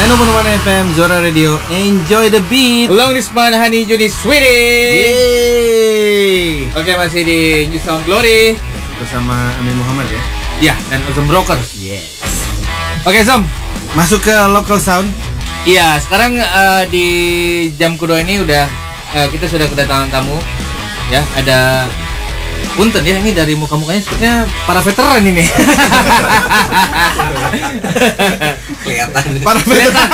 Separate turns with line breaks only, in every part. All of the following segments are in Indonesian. teman-teman FM Zora Radio Enjoy the beat
Longdisman Hani Juni Swede
Yeay
Oke masih di New Sound Glory
Bersama Amin Muhammad ya
Ya dan Ozom Broker
Yes
Oke Zom
Masuk ke local sound
Iya sekarang eh, di jam kedua ini udah eh, Kita sudah kedatangan tamu Ya ada Punten ya ini dari muka-mukanya sepertinya para veteran ini
kelihatan
Para veteran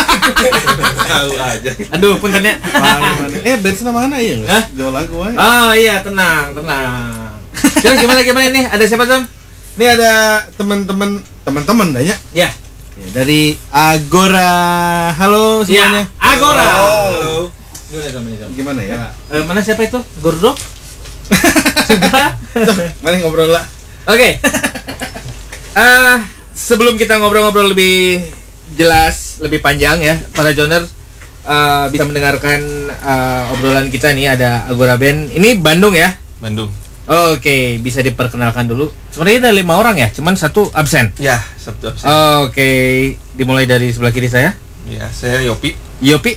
tahu aja
Aduh puntennya
Eh bands nama mana ya
Hah?
nggak? Jual lagu aja
Oh iya tenang tenang Zom gimana gimana ini ada siapa Zom?
Ini ada teman-teman Teman-teman banyak
Ya
Ya, Dari Agora Halo semuanya
Ya, Agora
Halo.
Gimana, Zom, ini, Zom?
Gimana ya?
Oh. Eh, mana siapa itu? Gordo? Sudah?
Mari ngobrol lah
Oke. Eh, sebelum kita ngobrol-ngobrol lebih jelas, lebih panjang ya, para joner eh, bisa mendengarkan eh, obrolan kita nih ada Agora Band. Ini Bandung ya?
Bandung
Oke, bisa diperkenalkan dulu. Sebenarnya ada lima orang ya, cuman satu absen.
ya sabtu absen
Oke, dimulai dari sebelah kiri saya.
ya saya Yopi
Yopi.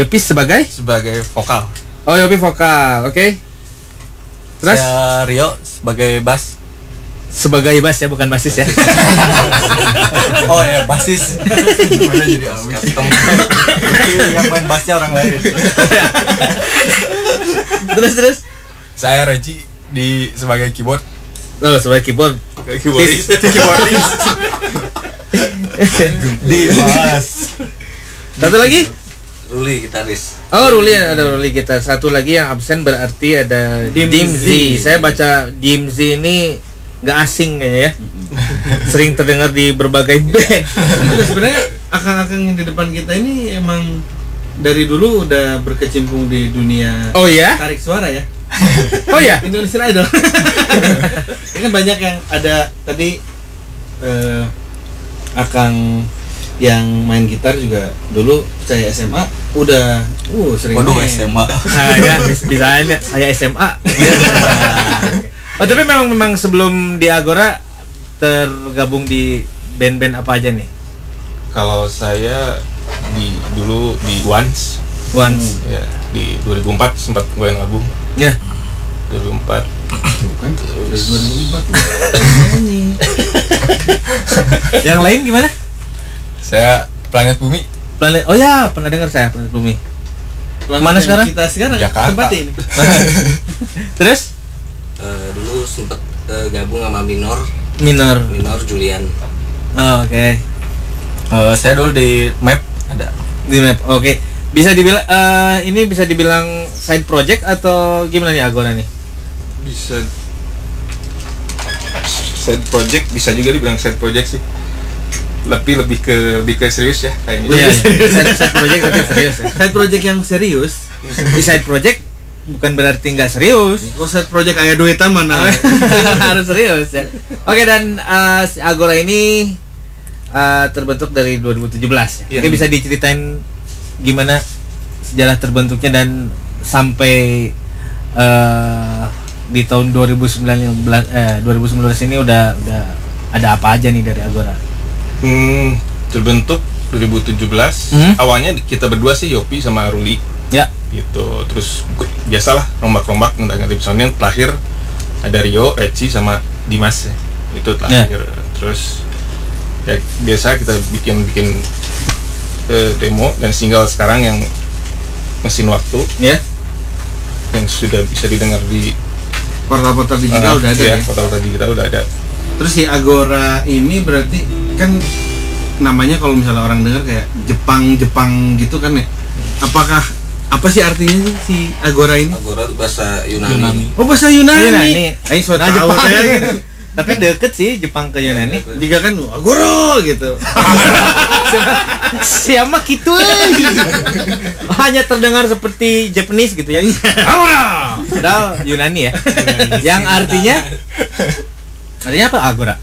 Yopi sebagai?
sebagai vokal
Oh, Yopi vokal. Oke. Terus
saya Rio sebagai bass
Ya. sebagai bass ya, bukan basis ya.
oh ya basis Gimana jadi awis? yang Iya, main bassnya orang lain
terus terus.
saya Reji di sebagai keyboard
Oh, sebagai keyboard.
keyboardis keyboardis di bass
Satu lagi?
Ruli gitaris
Oh, Ruli ada Ruli kita. Satu lagi yang absen berarti ada Dimzi. Saya baca Dimzi ini nggak asing kayaknya ya. Sering terdengar di berbagai band.
Itu sebenarnya akang-akang yang di depan kita ini emang dari dulu udah berkecimpung di dunia
Oh ya?
tarik suara ya
Oh ya?
Indonesian Idol ini kan banyak yang ada tadi eh, akang yang main gitar juga dulu saya SMA udah uh sering
waduh
main.
SMA
Nah, ya, bisa aja. Saya SMA. oh, tapi memang memang sebelum di Agora tergabung di band-band apa aja nih?
Kalau saya di dulu di Once
Once.
ya di 2004 sempat gue yang album
Ya.
2004
bukan dari 2004
Yang lain gimana?
saya planet bumi
Planet. Oh ya, pernah dengar saya Planet Bumi.
Langsung
Mana
yang
sekarang?
kita sekarang
Jakarta.
tempat ini
Terus
Eh, dulu sempet eh, gabung sama minor
minor.
minor Julian
Oh, Oke.
Eh, saya dulu di map ada
di map oke bisa dibilang eh, ini bisa dibilang side project atau gimana nih Agora nih
bisa side project bisa juga dibilang side project sih lebih lebih ke lebih ke serius ya
iya
kayaknya
iya. side, side project tapi serius ya
side project yang serius
Di side project bukan berarti nggak serius
kalau side project ayah duitan
Ah.
mana
harus serius ya oke dan eh, si Agora ini eh, terbentuk dari 2017 ya.
Iya.
Oke, bisa diceritain gimana sejarah terbentuknya dan sampai eh, di tahun 2019 eh, 2019 ini udah udah ada apa aja nih dari Agora
hmm, terbentuk 2017
Hmm.
awalnya kita berdua sih Yopi sama Ruli
ya
gitu terus gue- biasalah rombak-rombak tentang ganti personil terakhir ada Rio, Reci sama Dimas ya. itu terakhir terus ya biasa kita bikin bikin eh, demo dan single sekarang yang mesin waktu
ya
yang sudah bisa didengar di
portal-portal digital
Ah,
eh,
udah ada
ya,
iya.
ya.
kota-kota digital udah ada
Terus si Agora ini berarti kan namanya kalau misalnya orang dengar kayak Jepang Jepang gitu kan ya. Apakah apa sih artinya sih si Agora ini?
Agora tuh bahasa Yunani,
Oh bahasa Yunani.
Yunani.
Ayo suara
Iya, Nah,
Jepang.
Jepang. Tapi deket sih Jepang ke Yunani.
Jika kan Agora gitu.
Siapa gitu? Hanya terdengar seperti Japanese gitu ya. Padahal Yunani ya. Yang artinya Artinya apa Agora?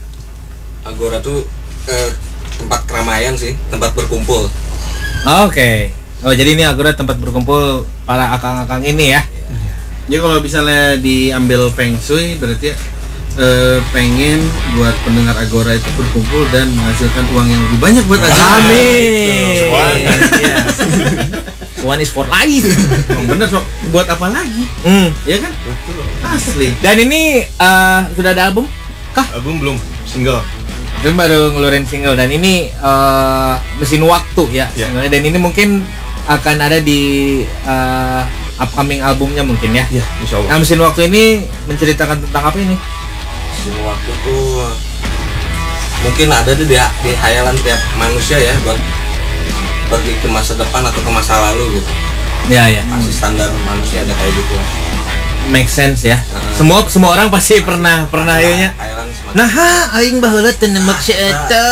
Agora tuh eh, tempat keramaian sih tempat berkumpul
Oke. Oh, jadi ini Agora tempat berkumpul para akang-akang ini ya.
Ya kalau misalnya diambil Feng Shui berarti eh, pengen buat pendengar Agora itu berkumpul dan menghasilkan uang yang lebih banyak buat Agora.
Amin. one is for life
Emang bener Sob. buat apa lagi
Hmm.
ya kan asli
dan ini eh, sudah ada album
album belum single
Belum baru ngeluarin single dan ini eh, mesin waktu ya
Ya.
singlenya. dan ini mungkin akan ada di eh, upcoming albumnya mungkin ya.
ya insya
Nah,
Allah
mesin waktu ini menceritakan tentang apa ini?
Semua waktu tuh mungkin ada tuh di, di hayalan tiap manusia ya buat pergi ke masa depan atau ke masa lalu gitu
Ya ya,
pasti standar manusia ada kayak gitu lah.
make sense ya.
Hmm.
Semua semua orang pasti pernah pernah akhirnya.
hayalan semacam
Nah, ha, aing baheula teu nemek si eta.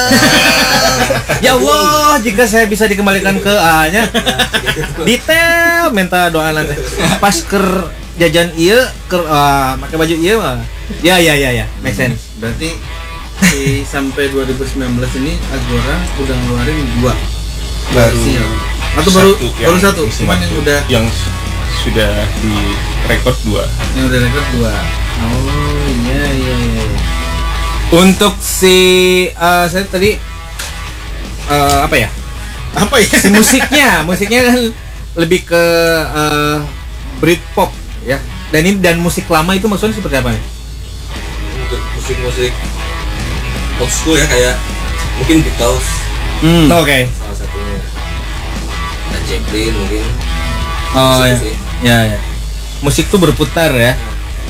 ya Allah, jika saya bisa dikembalikan ke A-nya. Detail minta doa nanti. Pas ker jajan iya ker ah, make baju iya mah. Ya ya ya ya, make sense.
berarti si sampai 2019 ini Agora udah ngeluarin dua
Baru
single. atau baru
Satu yang Iya.
baru satu
isi
cuman yang
mati.
udah
yang s- sudah di record dua
yang udah record dua oh iya iya iya
Untuk si eh, saya tadi eh, apa ya?
apa ya
Si musiknya, musiknya kan lebih ke eh, Britpop ya. Dan ini dan musik lama itu maksudnya seperti apa nih?
untuk musik-musik old school ya kayak mungkin Beatles
hmm.
Oke.
salah satunya dan Zeppelin mungkin
Oh ya.
Musik sih.
ya, ya. Musik tuh berputar ya.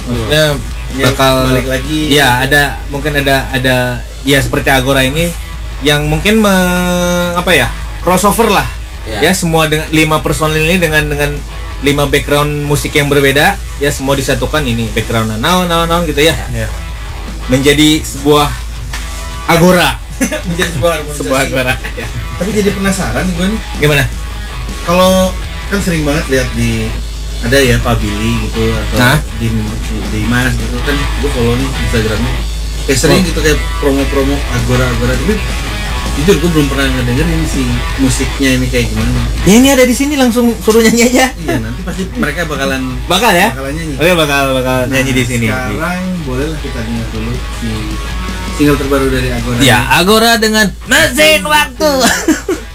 Maksudnya
Ya,
bakal
balik lagi.
Ya, ada mungkin ada ada ya seperti Agora ini yang mungkin me, apa ya? crossover lah. Ya,
Iya.
Ya.
semua dengan lima personil ini dengan dengan lima background musik yang berbeda ya semua disatukan ini background naon naon naon gitu ya.
Iya.
Menjadi sebuah Agora.
menjadi sebuah harmonisasi
sebuah Agora. Ya.
tapi jadi penasaran gue nih
Gimana?
kalau kan sering banget lihat di ada ya Pak Billy gitu atau
Nah.
di di Mas gitu kan gue follow nih Instagramnya kayak
Oh.
sering gitu kayak promo-promo agora-agora gitu. tapi jujur gue belum pernah ngedengerin si musiknya ini kayak gimana
Ya ini ada di sini langsung suruh nyanyi aja.
iya nanti pasti mereka bakalan
Bakal ya?
bakalan nyanyi
Oke bakal bakal nyanyi di sini.
Hmm. sekarang bolehlah kita dengar dulu
Iya.
si single terbaru dari Iya, Agora
Ya, Agora dengan mesin waktu.